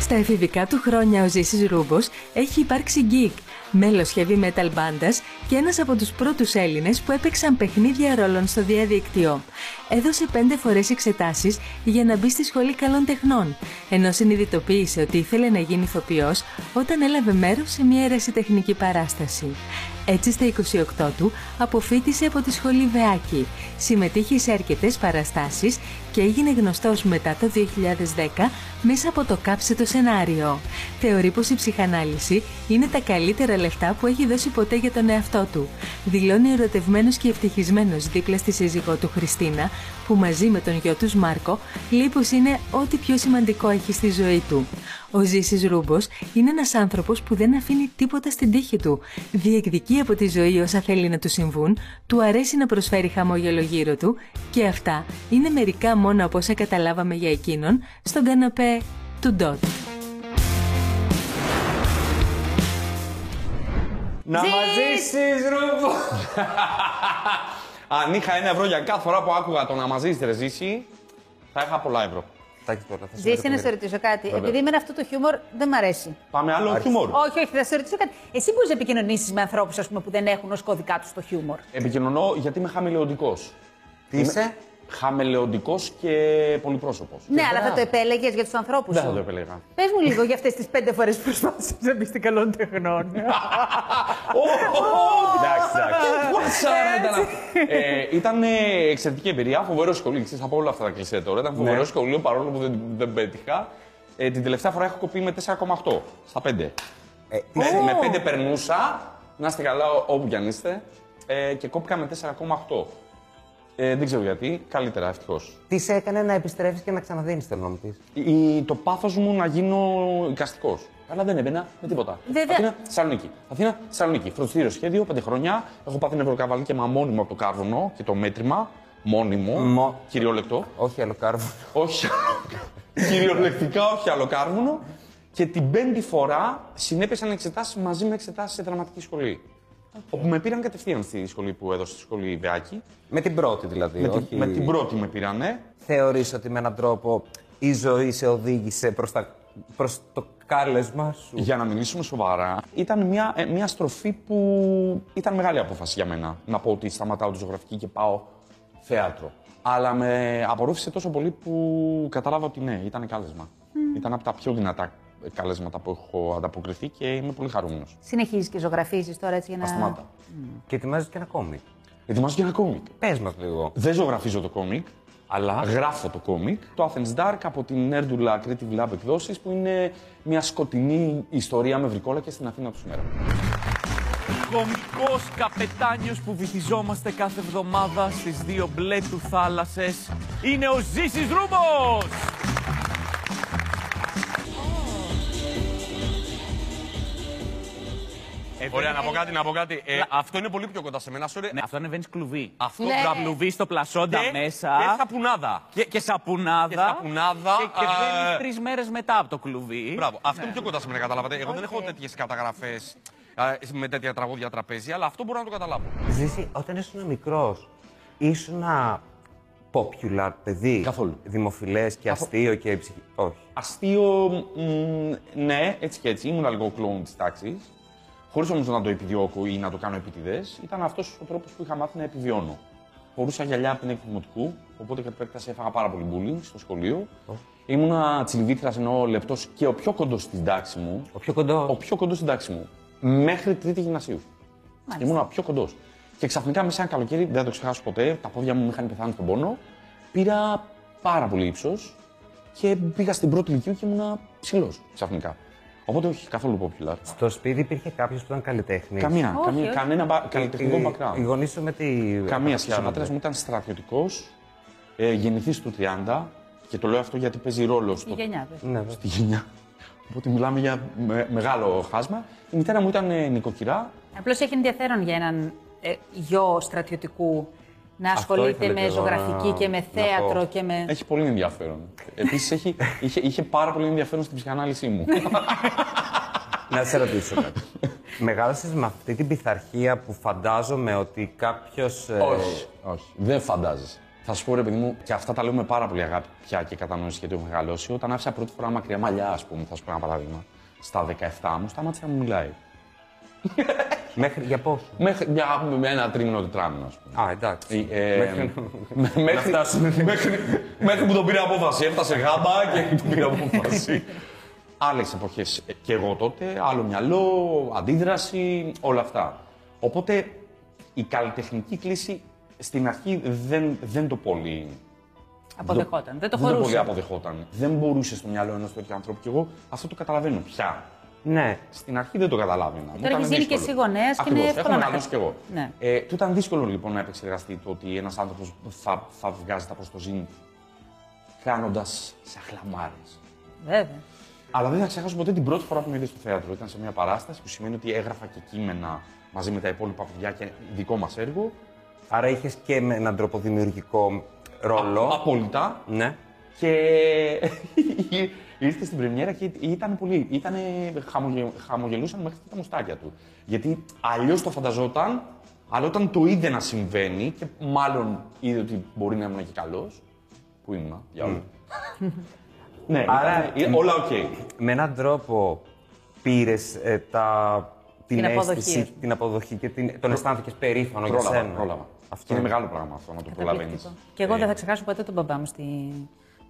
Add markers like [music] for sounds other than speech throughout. Στα εφηβικά του χρόνια ο Ζήσης Ρούμπος έχει υπάρξει γκίκ, μέλος heavy metal μπάντας και ένας από τους πρώτους Έλληνες που έπαιξαν παιχνίδια ρόλων στο διαδίκτυο. Έδωσε πέντε φορές εξετάσεις για να μπει στη Σχολή Καλών Τεχνών, ενώ συνειδητοποίησε ότι ήθελε να γίνει ηθοποιός όταν έλαβε μέρος σε μια ερασιτεχνική παράσταση. Έτσι στα 28 του αποφύτησε από τη σχολή Βεάκη, συμμετείχε σε αρκετές παραστάσεις και έγινε γνωστός μετά το 2010 μέσα από το κάψε το σενάριο. Θεωρεί πως η ψυχανάλυση είναι τα καλύτερα λεφτά που έχει δώσει ποτέ για τον εαυτό του. Δηλώνει ερωτευμένος και ευτυχισμένος δίπλα στη σύζυγό του Χριστίνα, που μαζί με τον γιο τους Μάρκο λέει πως είναι ό,τι πιο σημαντικό έχει στη ζωή του. Ο Ζήσης Ρούμπος είναι ένας άνθρωπος που δεν αφήνει τίποτα στην τύχη του. Διεκδικεί από τη ζωή όσα θέλει να του συμβούν, του αρέσει να προσφέρει χαμόγελο γύρω του και αυτά είναι μερικά μόνο από όσα καταλάβαμε για εκείνον στον καναπέ του Ντότ. Να Ζεις! μαζίσεις ρούμπο! Αν είχα ένα ευρώ για κάθε φορά που άκουγα το να μαζίσεις ρε ζήσει, θα είχα πολλά ευρώ. Τάκη τώρα, θα σε Ζήσει να μεροκομύρω. σε ρωτήσω κάτι. Επειδή εμένα αυτό το χιούμορ δεν μ' αρέσει. Πάμε άλλο χιούμορ. Όχι, όχι, θα σε ρωτήσω κάτι. Εσύ μπορείς να επικοινωνήσεις με ανθρώπους που δεν έχουν ως κωδικά τους το χιούμορ. Επικοινωνώ γιατί είμαι χαμελεοντικός. Τι είσαι, Χαμελεοντικός και πολυπρόσωπος. Ναι, αλλά θα το επέλεγες για τους ανθρώπους Δεν θα σου. το επέλεγα. Πες μου λίγο για αυτές τις πέντε φορές που προσπάθησες να μπεις στην καλών τεχνών. Ω, ω, ω, Εντάξει, εντάξει. Κουατσάρα ήταν αυτό. Ε, Ήταν ε, εξαιρετική εμπειρία, φοβερό σχολείο. Ξέρεις, θα πω όλα αυτά τα κλεισέ τώρα. Ήταν Ναι. φοβερό σχολείο παρόλο που δεν, δεν πέτυχα. Ε, την τελευταία φορά έχω κοπεί με 4,8 στα 5. Ε, τι Με, είσαι. με 5 περνούσα, να είστε καλά ό- όπου κι αν είστε, ε, και κόπηκα με 4,8. Ε, δεν ξέρω γιατί, καλύτερα ευτυχώς. Τι σε έκανε να επιστρέφεις και να ξαναδίνεις, θέλω να μου πει. Το πάθος μου να γίνω οικαστικός. Αλλά δεν έμπαινα με τίποτα. Βέβαια. Αθήνα, Θεσσαλονίκη. Αθήνα, Θεσσαλονίκη. Φροντιστήριο σχέδιο, 5 χρόνια. Έχω πάθει νευροκαβαλή και μα μόνιμο από το κάρβουνο και το μέτρημα. Μόνιμο. Μο- Κυριολεκτό. Όχι, άλλο κάρβο. Όχι άλλο- Κυριολεκτικά όχι άλλο κάρβουνο. Και την πέμπτη φορά συνέπεσαν εξετάσεις μαζί με εξετάσεις σε δραματική σχολή. Όπου με πήραν κατευθείαν στη σχολή που έδωσε, στη σχολή Βεάκη. Με την πρώτη δηλαδή. Με, όχι... την, με την πρώτη με πήρανε. Θεωρείς ότι με έναν τρόπο η ζωή σε οδήγησε προς, τα... προς το κάλεσμα σου. Για να μιλήσουμε σοβαρά, ήταν μια, ε, μια στροφή που ήταν μεγάλη απόφαση για μένα. Να πω ότι σταματάω τη ζωγραφική και πάω θέατρο. Αλλά με απορρόφησε τόσο πολύ που κατάλαβα ότι ναι, ήταν κάλεσμα. Ήταν από τα πιο δυνατά καλέσματα που έχω ανταποκριθεί και είμαι πολύ χαρούμενος. Συνεχίζεις και ζωγραφίζεις τώρα έτσι για να. Ασταμάτα. Και ετοιμάζεις και ένα κόμικ. Ετοιμάζω και ένα κόμικ. Πες μας λίγο. Δεν ζωγραφίζω το κόμικ, αλλά γράφω το κόμικ. Το Athens Dark από την Nerdula Creative Lab εκδόσεις, που είναι μια σκοτεινή ιστορία με βρικόλα και στην Αθήνα του σήμερα. Κομικός καπετάνιος που βυθιζόμαστε κάθε εβδομάδα στις δύο μπλε του θάλασσες είναι ο Ζήσης Ρούμπος! Ωραία, να πω κάτι, να πω κάτι. Ε, αυτό είναι πολύ πιο κοντά σε μένα. sorry. Ε, Ναι, αυτό ανεβαίνεις κλουβί. Αυτό Ναι. μπράβο. Κλουβί στο πλασόντα Και- μέσα Και σαπουνάδα. και, και σαπουνάδα ε. Και σαπουνάδα, και, και α, βγαίνεις τρεις μέρες μετά από το κλουβί. Μπράβο. Αυτό Ναι. είναι πιο κοντά σε μένα, καταλάβατε. Εγώ δεν έχω τέτοιες καταγραφές με τέτοια τραγούδια τραπέζι, αλλά αυτό μπορώ να το καταλάβω. Ζήσει, όταν ήσουν μικρός, ήσουν popular παιδί. Καθόλου. Δημοφιλές και αστείο και ψυχή. Όχι. Αστείο, μ, ναι, έτσι και έτσι. Ήμουν λίγο κλόουν της τάξης. Χωρίς όμως να το επιδιώκω ή να το κάνω επίτηδε, ήταν αυτός ο τρόπος που είχα μάθει να επιβιώνω. Φορούσα γυαλιά από την έκτη δημοτικού, οπότε κατά επέκταση έφαγα πάρα πολύ bullying στο σχολείο. Ήμουνα τσιλβίτρα ενώ λεπτός και ο πιο κοντός στην τάξη μου. Ο πιο κοντός. Ο πιο κοντός στην τάξη μου. Μέχρι τρίτη γυμνασίου. Ήμουν ο πιο κοντός. Και ξαφνικά μέσα σε ένα καλοκαίρι, δεν θα το ξεχάσω ποτέ, τα πόδια μου με είχαν πεθάνει στον πόνο. Πήρα πάρα πολύ ύψος και πήγα στην πρώτη ηλικίου και ήμουνα ψηλός ξαφνικά. Οπότε όχι καθόλου popular. Στο σπίτι υπήρχε κάποιος που ήταν καλλιτέχνης. Καμία, καμία, κανένα μπα- καλλιτεχνικό Οι background. γονείς σου με τη. Καμία σχέση. Ο πατέρας μου ήταν στρατιωτικός, ε, γεννηθής του 30 και το λέω αυτό γιατί παίζει ρόλο Η στο γενιά, βέβαια. Ναι, βέβαια. στη γενιά. Οπότε μιλάμε για με- μεγάλο χάσμα. Η μητέρα μου ήταν ε, νοικοκυρά. Απλώς έχει ενδιαφέρον για έναν ε, γιο στρατιωτικού να ασχολείται ήθελα και με εγώ να- ζωγραφική και με να θέατρο πω. και με. Έχει πολύ ενδιαφέρον. Επίσης είχε, είχε, είχε πάρα πολύ ενδιαφέρον στην ψυχανάλυση μου. Να σε ρωτήσω [laughs] κάτι. Μεγάλωσες με αυτή την πειθαρχία που φαντάζομαι ότι κάποιος. όχι, όχι. Ε, Δεν φαντάζεσαι. Θα σου πω, ρε παιδί μου, και αυτά τα λέω με πάρα πολύ αγάπη πια και κατανόηση γιατί έχω μεγαλώσει. Όταν άφησα πρώτη φορά μακριά μαλλιά, ας πούμε, θα σου πω ένα παράδειγμα. Στα 17 μου, σταμάτησε να μου μιλάει. Μέχρι για πόσο. Μέχρι για με ένα τρίμηνο, τετράμινο, ας πούμε. Α, εντάξει. Ε, ε, Μέχρι- με- μέχρι, φτάσουμε. μέχρι, μέχρι που τον πήρε απόφαση. Έφτασε γάμπα και τον πήρε απόφαση. Άλλες εποχές και εγώ τότε, άλλο μυαλό, αντίδραση, όλα αυτά. Οπότε η καλλιτεχνική κλίση στην αρχή δεν, δεν το πολύ Αποδεχόταν. Δεν το δεν το πολύ χωρούσε. αποδεχόταν. Δεν μπορούσε στο μυαλό ενός τέτοιου ανθρώπου και εγώ αυτό το καταλαβαίνω πια. Ναι. Στην αρχή δεν το καταλάβαινα. Μου Τώρα ήταν έχεις γίνει και δύσκολο. εσύ γονέας και Ακριβώς, είναι εύκολο Έχω να μεγαλώσει κι κάνεις. εγώ. Ναι. Ε, του ήταν δύσκολο λοιπόν να επεξεργαστεί το ότι ένας άνθρωπος θα, θα βγάζει τα προστοζήν κάνοντας σαν χλαμάρες. Βέβαια. Αλλά δεν θα ξεχάσω ποτέ την πρώτη φορά που με είδε στο θέατρο. Ήταν σε μια παράσταση που σημαίνει ότι έγραφα και κείμενα μαζί με τα υπόλοιπα παιδιά και δικό μας έργο. Άρα είχες και με έναν τρόπο δημιουργικό ρόλο. Απόλυτα. Ναι. Και [laughs] ήρθε στην πρεμιέρα και ήταν πολύ. Ήτανε, χαμογε- χαμογελούσαν μέχρι και τα μουστάκια του. Γιατί αλλιώς το φανταζόταν, αλλά όταν το είδε να συμβαίνει και μάλλον είδε ότι μπορεί να ήμουν και καλός. Που ήμουνα, για όλα. ναι, Άρα- Άρα, όλα οκ. Με έναν τρόπο πήρες τα... την, Την αποδοχή, αίσθηση, ας πούμε. την αποδοχή και την... τον αισθάνθηκε περήφανο για Πρόλαβα, σένα. πρόλαβα. Αυτό Και είναι μεγάλο πράγμα αυτό να το προλαβαίνεις. Και Ε. εγώ δεν θα ξεχάσω ποτέ τον μπαμπάς μου στη...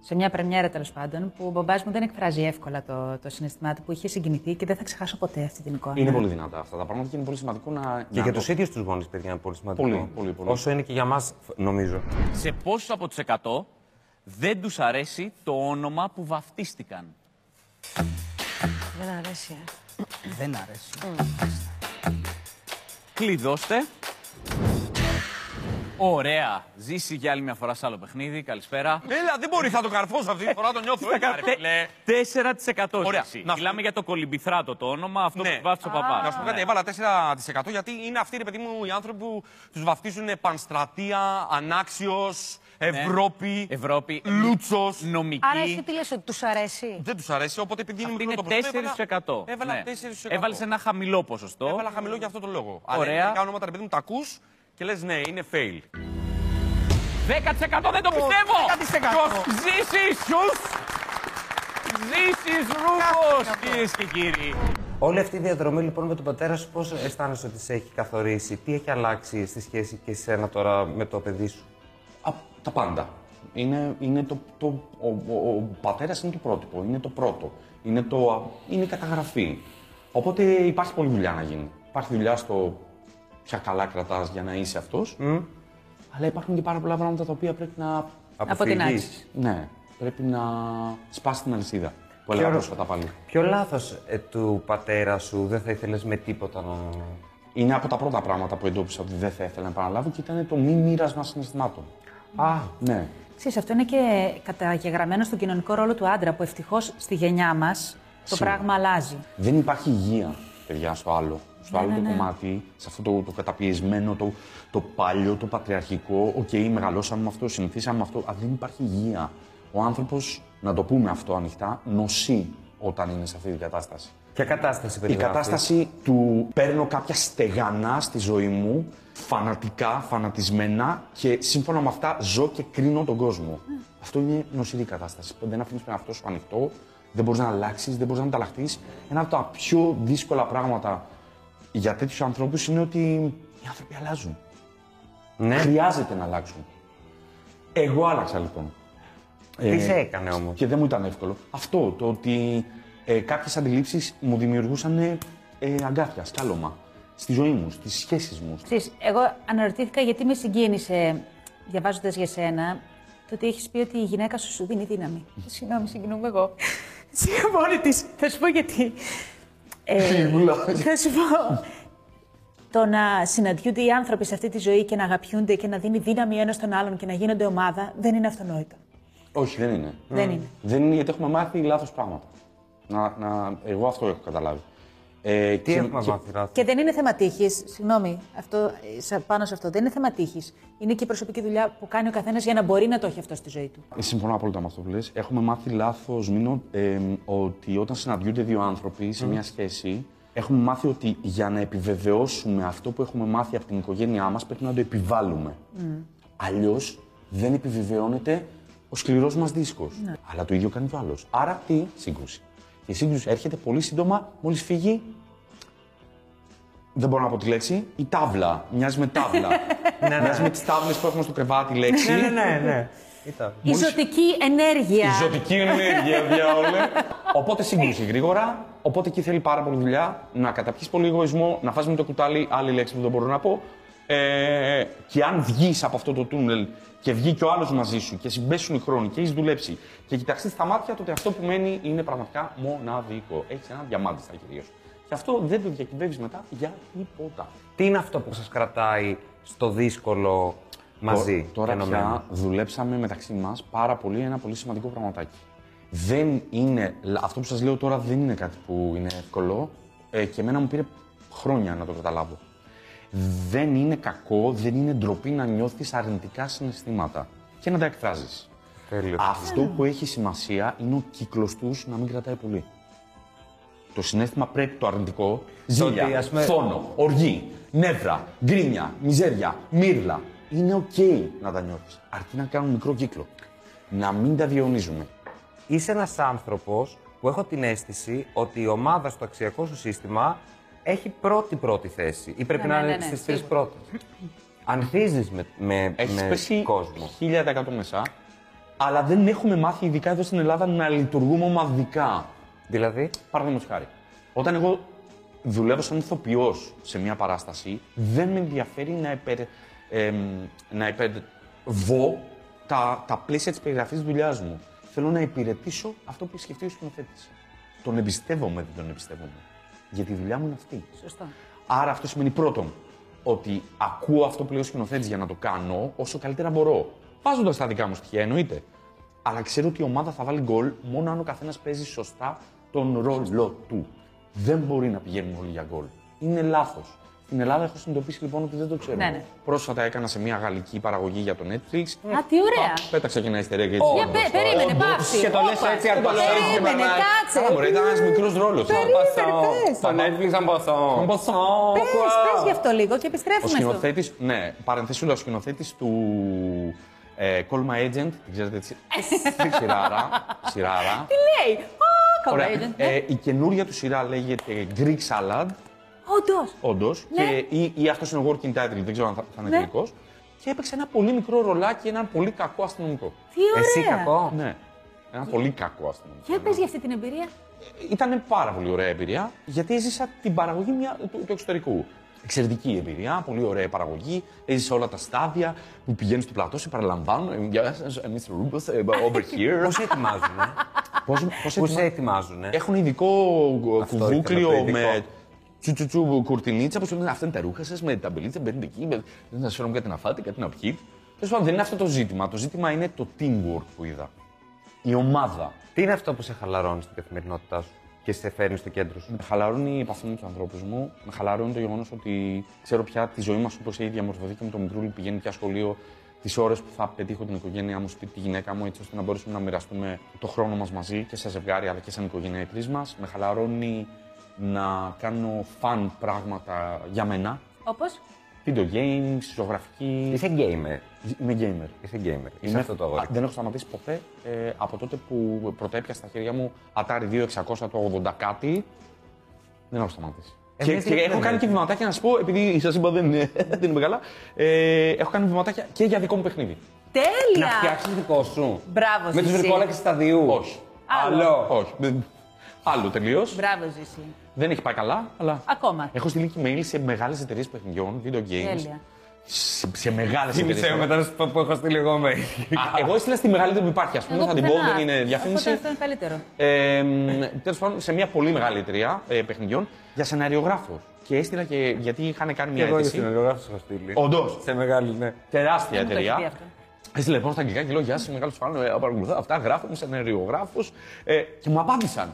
σε μια πρεμιέρα τέλος πάντων, που ο μπαμπάς μου δεν εκφράζει εύκολα το, το συναισθημά του, που είχε συγκινηθεί και δεν θα ξεχάσω ποτέ αυτή την εικόνα. Είναι πολύ δυνατά αυτά τα πράγματα και είναι πολύ σημαντικό να. Και για τους ίδιους τους γονείς, παιδιά, είναι πολύ σημαντικό. Πολύ, πολύ, πολύ. Όσο είναι και για μας, νομίζω. Σε πόσους από τους 100 δεν τους αρέσει το όνομα που βαφτίστηκαν. Δεν αρέσει, ε. Δεν αρέσει. Κλειδώστε. Ωραία. Ζήσει για άλλη μια φορά σε άλλο παιχνίδι. Καλησπέρα. Έλα, δεν μπορεί, θα το καρφώσω αυτή τη φορά, το νιώθω. ε. Τε- 4% Ωραία. ζήση. Να σου- Μιλάμε για το κολυμπηθράτο το όνομα, αυτό Ναι. που βάφτισε ο Να σου παπά. πω κάτι, έβαλα 4% γιατί είναι αυτοί, ρε παιδί μου, οι άνθρωποι που τους βαφτίζουν Πανστρατεία, Ανάξιος, Ευρώπη, Ευρώπη. Λούτσο. Άρα εσύ Νομική. τι λες, ότι τους αρέσει. Δεν τους αρέσει, οπότε επειδή είναι Αυτή μικρό είναι το 4%. έβαλα- Έβαλα Ναι. 4%. Έβαλες ένα χαμηλό ποσοστό. Έβαλα χαμηλό για αυτό το λόγο. Ωραία. Αλλά ονόματα, ρε παιδί μου, τα ακούς και λες ναι, είναι fail. 10% δεν το πιστεύω! 10%. Ζήσεις! Σους! Ζήσεις Ρούχος, κυρίες και κύριοι. Όλη αυτή η διαδρομή λοιπόν με τον πατέρα σου, πώς αισθάνεσαι ότι σε έχει καθορίσει, τι έχει αλλάξει στη σχέση και εσένα τώρα με το παιδί σου. Α, τα πάντα. Είναι, είναι το, το, ο, ο, ο πατέρας είναι το πρότυπο, είναι το πρώτο. Είναι, το, α, είναι η καταγραφή. Οπότε υπάρχει πολλή δουλειά να γίνει. Υπάρχει δουλειά στο ποια καλά κρατάς για να είσαι αυτός. Αλλά υπάρχουν και πάρα πολλά πράγματα τα οποία πρέπει να... Αποφυγείς. Αποτινάξεις. Ναι, πρέπει να σπάσει την αλυσίδα. Που Ποιο- έλεγα πρόσφατα πάλι. Ποιο λάθος του πατέρα σου δεν θα ήθελες με τίποτα να. Είναι από τα πρώτα πράγματα που εντόπισα ότι δεν θα ήθελα να επαναλάβω και ήταν το μη μοίρασμα συναισθημάτων. Α, Ναι. Ξέρεις, αυτό είναι και καταγεγραμμένο στον κοινωνικό ρόλο του άντρα, που ευτυχώς στη γενιά μας το Σίγουρα. πράγμα αλλάζει. Δεν υπάρχει υγεία, παιδιά, στο άλλο. Στο άλλο το κομμάτι, σε αυτό το, το καταπιεσμένο, το, το παλιό, το πατριαρχικό. Οκ, μεγαλώσαμε με αυτό, συνηθίσαμε με αυτό. Αλλά δεν υπάρχει υγεία. Ο άνθρωπος, να το πούμε αυτό ανοιχτά, νοσεί όταν είναι σε αυτή την κατάσταση. ποια κατάσταση Η περιγράφει. κατάσταση του παίρνω κάποια στεγανά στη ζωή μου, φανατικά, φανατισμένα και σύμφωνα με αυτά ζω και κρίνω τον κόσμο. Αυτό είναι νοσηρή κατάσταση. Δεν αφήνεις τον εαυτό σου ανοιχτό, δεν μπορείς να αλλάξεις, δεν μπορείς να ανταλλαχθείς. Ένα από τα πιο δύσκολα πράγματα για τέτοιους ανθρώπους είναι ότι οι άνθρωποι αλλάζουν. Ναι. Χρειάζεται να αλλάξουν. Εγώ άλλαξα λοιπόν. Τι σε έκανε όμως. Ε, Και δεν μου ήταν εύκολο. Αυτό το ότι ε, κάποιες αντιλήψεις μου δημιουργούσαν ε, αγκάθια, σκάλωμα. Στη ζωή μου, στις σχέσεις μου. Ξέρεις, εγώ αναρωτήθηκα γιατί με συγκίνησε διαβάζοντας για σένα το ότι έχεις πει ότι η γυναίκα σου σου δίνει δύναμη. Ε, Συγγνώμη, συγκινούμαι εγώ. [laughs] Συγγνώμη της. Θα σου πω γιατί. Ε, θα σου πω. Το να συναντιούνται οι άνθρωποι σε αυτή τη ζωή και να αγαπιούνται και να δίνει δύναμη ο ένας τον άλλον και να γίνονται ομάδα δεν είναι αυτονόητο. Όχι, δεν είναι. Δεν είναι. Δεν είναι γιατί έχουμε μάθει λάθος πράγματα. Να, να, εγώ αυτό έχω καταλάβει. Ε, Τι έχουμε μάθει λάθο. Και δεν είναι θέμα τύχης. Συγγνώμη, αυτό, ε, σε- πάνω σε αυτό. Δεν είναι θέμα τύχης. Είναι και η προσωπική δουλειά που κάνει ο καθένας για να μπορεί να το έχει αυτό στη ζωή του. Ε, Συμφωνώ απόλυτα με αυτό που λες. Έχουμε μάθει λάθος, Μίνο, ε, ότι όταν συναντιούνται δύο άνθρωποι σε μια σχέση, έχουμε μάθει ότι για να επιβεβαιώσουμε αυτό που έχουμε μάθει από την οικογένειά μας πρέπει να το επιβάλλουμε. Αλλιώς δεν επιβεβαιώνεται ο σκληρός μας δίσκος. Ναι. Αλλά το ίδιο κάνει κι ο άλλος. Άρα τι σύγκρουση. Και η σύγκρουση έρχεται πολύ σύντομα μόλις φύγει. Δεν μπορώ να πω τη λέξη. Η τάβλα. Μοιάζει με [laughs] τάβλα. Μοιάζει με τις τάβλες που έχουμε στο κρεβάτι λέξη. Ναι, ναι, ναι, ναι. Ήταν. Η ζωτική ενέργεια. Η ζωτική ενέργεια, διάολε. Οπότε σύγκρουση γρήγορα. Οπότε εκεί θέλει πάρα πολύ δουλειά. Να καταπιείς πολύ εγωισμό, να φας με το κουτάλι. Άλλη λέξη που δεν μπορώ να πω. Ε, και αν βγεις από αυτό το τούνελ και βγει και ο άλλος μαζί σου και συμπέσουν οι χρόνοι και έχεις δουλέψει και κοιταχθεί στα μάτια, τότε αυτό που μένει είναι πραγματικά μοναδικό. Έχεις ένα διαμάντι στα χέρια σου. Και αυτό δεν το διακυβεύεις μετά για τίποτα. Τι είναι αυτό που σας κρατάει στο δύσκολο μαζί. Τώρα ενωμένοι? πια δουλέψαμε μεταξύ μας πάρα πολύ ένα πολύ σημαντικό πραγματάκι. Δεν είναι, αυτό που σας λέω τώρα δεν είναι κάτι που είναι εύκολο ε, και εμένα μου πήρε χρόνια να το καταλάβω. Δεν είναι κακό, δεν είναι ντροπή να νιώθεις αρνητικά συναισθήματα και να τα εκφράζεις. Τέλειος. Αυτό που έχει σημασία είναι ο κύκλος τους να μην κρατάει πολύ. Το συνέστημα πρέπει το αρνητικό. Ζήλια, ότι, ας πούμε- φόνο, οργή, νεύρα, γκρίνια, μιζέρια, μύρλα. Είναι οκ να τα νιώθεις. Αρκεί να κάνουν μικρό κύκλο. Να μην τα διαιωνίζουμε. Είσαι ένας άνθρωπος που έχω την αίσθηση ότι η ομάδα στο αξιακό σου σύστημα έχει πρώτη-πρώτη θέση. Ή πρέπει Ναι, να ναι, είναι ναι, στις τρεις σίγουρα. πρώτες. Ανθίζεις με, με, Έχεις με πέσει κόσμο. 1000% μέσα, αλλά δεν έχουμε μάθει, ειδικά εδώ στην Ελλάδα, να λειτουργούμε ομαδικά. Δηλαδή, Παραδείγματος χάρη. Όταν εγώ δουλεύω σαν ηθοποιός σε μια παράσταση, δεν με ενδιαφέρει να, υπερ, εμ, να υπερβώ τα, τα πλαίσια της περιγραφής δουλειάς μου. Θέλω να υπηρετήσω αυτό που έχει σκεφτεί ο σκηνοθέτη. Τον εμπιστεύομαι, δεν τον εμπιστεύομαι. Γιατί η δουλειά μου είναι αυτή. Σωστό. Άρα αυτό σημαίνει πρώτον ότι ακούω αυτό που λέει ο σκηνοθέτης για να το κάνω όσο καλύτερα μπορώ. Βάζοντας τα δικά μου στοιχεία, εννοείται. Αλλά ξέρω ότι η ομάδα θα βάλει γκολ μόνο αν ο καθένας παίζει σωστά τον ρόλο του. Δεν μπορεί να πηγαίνουν όλοι για γκολ. Είναι λάθος. Στην Ελλάδα έχω συνειδητοποιήσει λοιπόν ότι δεν το ξέρω. Ναι, ναι. Πρόσφατα έκανα σε μια γαλλική παραγωγή για το Netflix. Α, τι ωραία. Πα- Πέταξα και ένα easter egg έτσι. Για πέ, περίμενε, πάψη. και το λες Όπα. έτσι, αρπαλό, έτσι, Περίμενε, μπαρνάκι. Καλά, κάτσε. μωρέ, ήταν ένας μικρός ρόλος. στο Netflix θα μπωθώ. Πες, πες γι' αυτό λίγο και Ο επιστρέφουμε στο... σκηνοθέτης, ναι, παρενθεσούλα, ο σκηνοθέτης του ε, Call My Agent, την ξέρετε τη τη σειράρα. σειράρα. Τι λέει. Α, Ωραία. καλά. Ε, η καινούρια του σειρά λέγεται Greek Salad, Όντως. όντως. Και, ή, ή αυτός είναι working title, δεν ξέρω αν θα, θα είναι τελικό. Και έπαιξε ένα πολύ μικρό ρολάκι, έναν πολύ κακό αστυνομικό. Τι ωραία. Εσύ κακό. Ναι. Ένα πολύ κακό αστυνομικό. Για πες για αυτή την εμπειρία. Ήταν πάρα πολύ ωραία εμπειρία, γιατί έζησα την παραγωγή μια, του, του εξωτερικού. Εξαιρετική εμπειρία, πολύ ωραία παραγωγή. Έζησα όλα τα στάδια που πηγαίνεις στο πλατό, σε παραλαμβάνουν. Γεια σας, ε, Mr. Rubens, ε, over here. [laughs] Πώς σε ετοιμάζουν, ε? Πώς, Πώς σε ετοιμα- ετοιμάζουν, ε? Έχουν ειδικό Αυτό κουβούκλιο ήθελα, το ειδικό. με τσουτσουτσου κουρτινίτσα που σου λένε Αυτά είναι τα ρούχα σας, με τα μπελίτσα, μπαίνετε εκεί. μπαίνετε- Δεν σα φέρνουν κάτι να φάτε, κάτι να πιείτε. Τέλος πάντων, δεν είναι αυτό το ζήτημα. Το ζήτημα είναι το teamwork που είδα. Η ομάδα. Τι είναι αυτό που σε χαλαρώνει στην καθημερινότητά σου και σε φέρνει στο κέντρο σου. Με χαλαρώνει η επαφή μου με τους ανθρώπους μου. Με χαλαρώνει το γεγονός ότι ξέρω πια τη ζωή μας όπως έχει διαμορφωθεί και με το μικρούλι πηγαίνει πια σχολείο, τις ώρες που θα πετύχω την οικογένειά μου, σπίτι, τη γυναίκα μου, έτσι ώστε να μπορέσουμε να μοιραστούμε το χρόνο μας μαζί και σαν ζευγάρι αλλά και σαν οικογένεια οι τρεις μας. Με χαλαρώνει να κάνω fun πράγματα για μένα. Όπως. Video games, ζωγραφική. Είσαι gamer. Είμαι gamer. Είσαι Ε- gamer. Είσαι Είμαι- αυτό το αγόρι. Α, Δεν έχω σταματήσει ποτέ ε, από τότε που πρώτα έπιασα στα χέρια μου Atari 2600 το 80 κάτι. Δεν έχω σταματήσει. Ε, και εμείς και δεν έχω έχουμε κάνει και έτσι. βηματάκια να σα πω, επειδή σας είπα δεν, είναι- [laughs] δεν είμαι καλά. Ε, έχω κάνει βηματάκια και για δικό μου παιχνίδι. Να Τέλεια. φτιάξεις δικό σου. Μπράβο, Με τους Ζήση. βρικόλακε σταδιού. Όχι. Άλλο. Όχι. Δεν- Άλλο τελείως. Μπράβο, Ζήση. Δεν έχει πάει καλά, αλλά. Ακόμα. Έχω στείλει και mail σε μεγάλες εταιρείες παιχνιδιών, video games. Τέλεια. Σε, σε μεγάλες Θύμησε εταιρείε. με μετά να σου πω που έχω στείλει εγώ mail. Εγώ έστειλα στη μεγαλύτερη που υπάρχει, ας πούμε. Εγώ θα την πω, πουθενά. δεν είναι διαφήμιση. Οπότε αυτό είναι καλύτερο. Ε, Τέλος πάντων, σε μια πολύ μεγάλη εταιρεία ε, παιχνιδιών για σεναριογράφο. Και έστειλα και γιατί είχαν κάνει μια Εγώ για αίτηση. συνεργογράφου έχω στείλει. Όντως. Σε μεγάλη, ναι. Τεράστια Δεν μου το έχει πει εταιρεία. αυτό. Έστειλε λοιπόν στα αγγλικά και λέω Γεια σας, μεγάλος φαν, ε, παρακολουθώ αυτά. Γράφω, είμαι σεναριογράφο. Ε, και μου απάντησαν.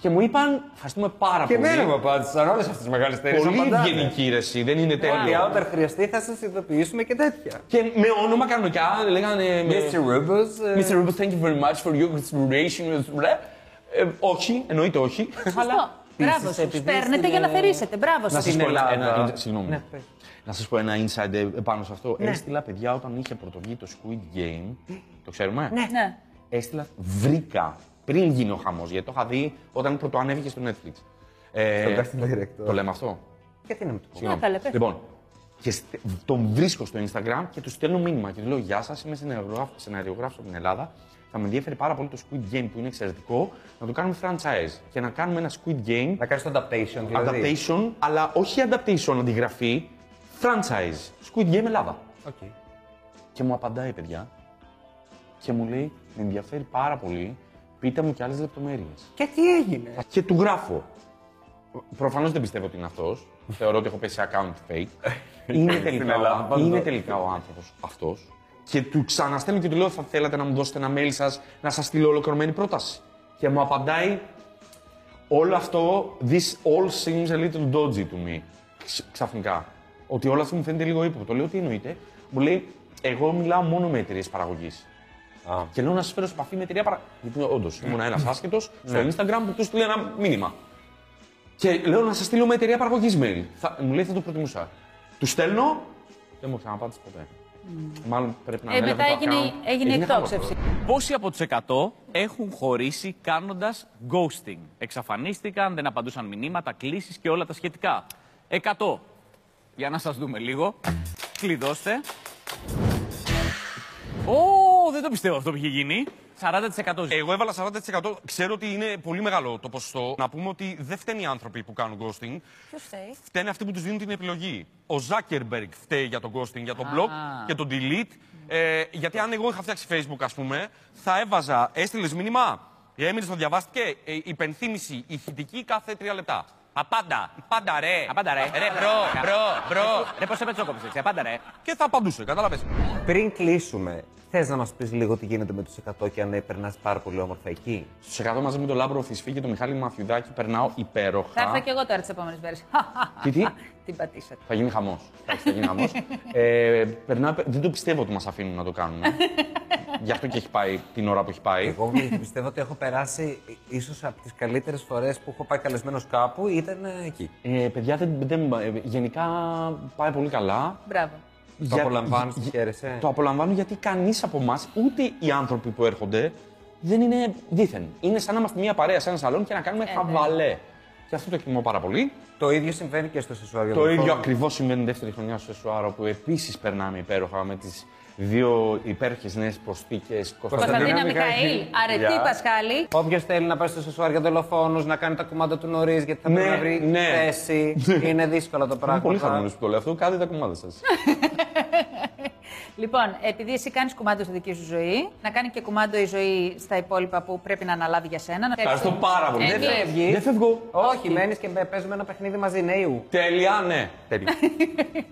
Και μου είπαν, ευχαριστούμε πάρα Και πολύ. εμένα μου απάντησαν όλες αυτές τις μεγάλες εταιρείε. Πολύ ευγενική ρεσί, δεν είναι Ότι τέλειο. όταν χρειαστεί θα σας ειδοποιήσουμε και τέτοια. Και με όνομα κανονικά λέγανε. με- Mr. Rubens. ε, Mr. Rubens, thank you very much for your consideration. Ε, όχι, εννοείται όχι. Σωστό. Μπράβο επίσης, σου. επειδή Παίρνετε στην, για να ε, θερήσετε. Μπράβο Να σας. σας πω Ελλάδα. ένα. ένα- Συγγνώμη. Να σας πω ένα insight ε, επάνω σε αυτό. Έστειλα παιδιά όταν είχε πρωτοβγεί το Squid Game. Το ξέρουμε. Ναι. Ναι. Έστειλα, βρήκα πριν γίνει ο χαμός. Γιατί το είχα δει όταν πρωτοανέβηκε στο Netflix. Ε, Casting Director. το λέμε αυτό. Γιατί να μην το πω. Συγγνώμη. καλέ, πες. Λοιπόν, και στε- τον βρίσκω στο Instagram και του στέλνω μήνυμα και του λέω Γεια σας, είμαι σεναριογράφο από την Ελλάδα. Θα με ενδιαφέρει πάρα πολύ το Squid Game που είναι εξαιρετικό να το κάνουμε franchise και να κάνουμε ένα Squid Game Να κάνεις το adaptation, δηλαδή. adaptation, αλλά όχι adaptation αντιγραφή, franchise. Squid Game Ελλάδα. Οκ. Και μου απαντάει, παιδιά, και μου λέει: Με ενδιαφέρει πάρα πολύ, πείτε μου και άλλες λεπτομέρειες. Και τι έγινε. Και του γράφω. Προφανώς δεν πιστεύω ότι είναι αυτός. Θεωρώ ότι έχω πέσει account fake. είναι, τελικά, ο- είναι τελικά ο άνθρωπος αυτός. Και του ξαναστέλνω και του λέω: Θα θέλατε να μου δώσετε ένα mail σας να σας στείλω ολοκληρωμένη πρόταση. Και μου απαντάει: Όλο αυτό, this all seems a little dodgy to me. Ξ- Ξαφνικά. Ότι όλο αυτό μου φαίνεται λίγο ύποπτο. Λέω: Τι εννοείται. Μου λέει: Εγώ μιλάω μόνο με εταιρείες παραγωγής. Και λέω να σας φέρω σε επαφή με εταιρεία παρα... Γιατί όντω ήμουν ένας άσχετος στο Instagram που του στείλε ένα μήνυμα. Και λέω να σας στείλω με εταιρεία παραγωγή mail. Θα... Μου λέει θα το προτιμούσα. Του στέλνω. Δεν μου ξαναπάτησε ποτέ. Μάλλον πρέπει να Ε, μετά ανέλαβε το έγινε, account. έγινε χαμός εκτόξευση. τώρα. Πόσοι από τους 100 έχουν χωρίσει κάνοντας ghosting. Εξαφανίστηκαν, δεν απαντούσαν μηνύματα, κλήσεις και όλα τα σχετικά. 100. Για να σας δούμε λίγο. Κλειδώστε. Ω, δεν το πιστεύω αυτό που είχε γίνει. 40%. Εγώ έβαλα 40%. Ξέρω ότι είναι πολύ μεγάλο το ποσοστό. Να πούμε ότι δεν φταίνουν οι άνθρωποι που κάνουν ghosting. Ποιος φταίει. Φταίνε αυτοί που τους δίνουν την επιλογή. Ο Ζάκερμπεργκ φταίει για τον ghosting, για τον blog και τον delete. Ε, γιατί αν εγώ είχα φτιάξει Facebook, ας πούμε, θα έβαζα. Έστειλες μήνυμα. Η Έμιλη το διαβάστηκε. Ε, υπενθύμηση ηχητική κάθε τρία λεπτά. Απάντα. Πάντα ρε. Απάντα ρε. Ρε, μπρο, μπρο, μπρο. Ρε, πώς σε πετσόκοψες, έτσι, απάντα ρε. Και θα απαντούσε, κατάλαβε. Πριν κλείσουμε, θες να μας πεις λίγο τι γίνεται με τους 100 και αν έπαιρνα πάρα πολύ όμορφα εκεί. Στους 100 μαζί με τον Λάμπρο Φυσφή και τον Μιχάλη Μαθιουδάκη περνάω υπέροχα. Θα έρθω κι εγώ τώρα τις επόμενες μέρες. Τι, τι? [laughs] Την πατήσατε. Θα γίνει χαμός. θα γίνει [laughs] χαμός. Ε, περνάω- δεν το πιστεύω ότι μας αφήνουν να το [laughs] κάνουμε. Γι' αυτό και έχει πάει την ώρα που έχει πάει. [laughs] Εγώ πιστεύω ότι έχω περάσει ίσως από τις καλύτερες φορές που έχω πάει καλεσμένος κάπου ήταν ε, εκεί. Ε, παιδιά, δεν, δεν, ε, γενικά πάει πολύ καλά. Μπράβο. Για- απολαμβάνεις, για- το χαίρεσαι. Το απολαμβάνω γιατί κανείς από εμάς, ούτε οι άνθρωποι που έρχονται, δεν είναι δίθεν. Είναι σαν να είμαστε μια παρέα σε ένα σαλόν και να Ε, κάνουμε ναι. χαβαλέ. Και αυτό το εκτιμώ πάρα πολύ. Το ίδιο συμβαίνει και στο σεσουάριο. Το των ίδιο χώρων. ακριβώς συμβαίνει δεύτερη χρονιά στο Σουάρο που επίσης περνάμε υπέροχα με τις δύο υπέροχες νέες προστίκε Κωνσταντίνα Μιχαήλ. Μιχαήλ, αρετή Πασχάλη. Όποιος θέλει να πάει στο σεσουάρ για δολοφόνους, να κάνει τα κουμάντα του νωρίς, γιατί θα Ναι, πρέπει να βρει ναι. θέση. Είναι δύσκολο το Είμαι πράγμα. πολύ χαρούμενος που το λέω αυτό. Κάντε τα κομμάτια σας. Λοιπόν, επειδή εσύ κάνεις κουμάντο στη δική σου ζωή, να κάνει και κουμάντο η ζωή στα υπόλοιπα που πρέπει να αναλάβει για σένα. Ευχαριστώ πάρα πολύ. Εμείς- Δεν φεύγει. Δεν φεύγω. Όχι, μένεις και παίζουμε ένα παιχνίδι μαζί νέου. Τέλεια, ναι. Τέλεια.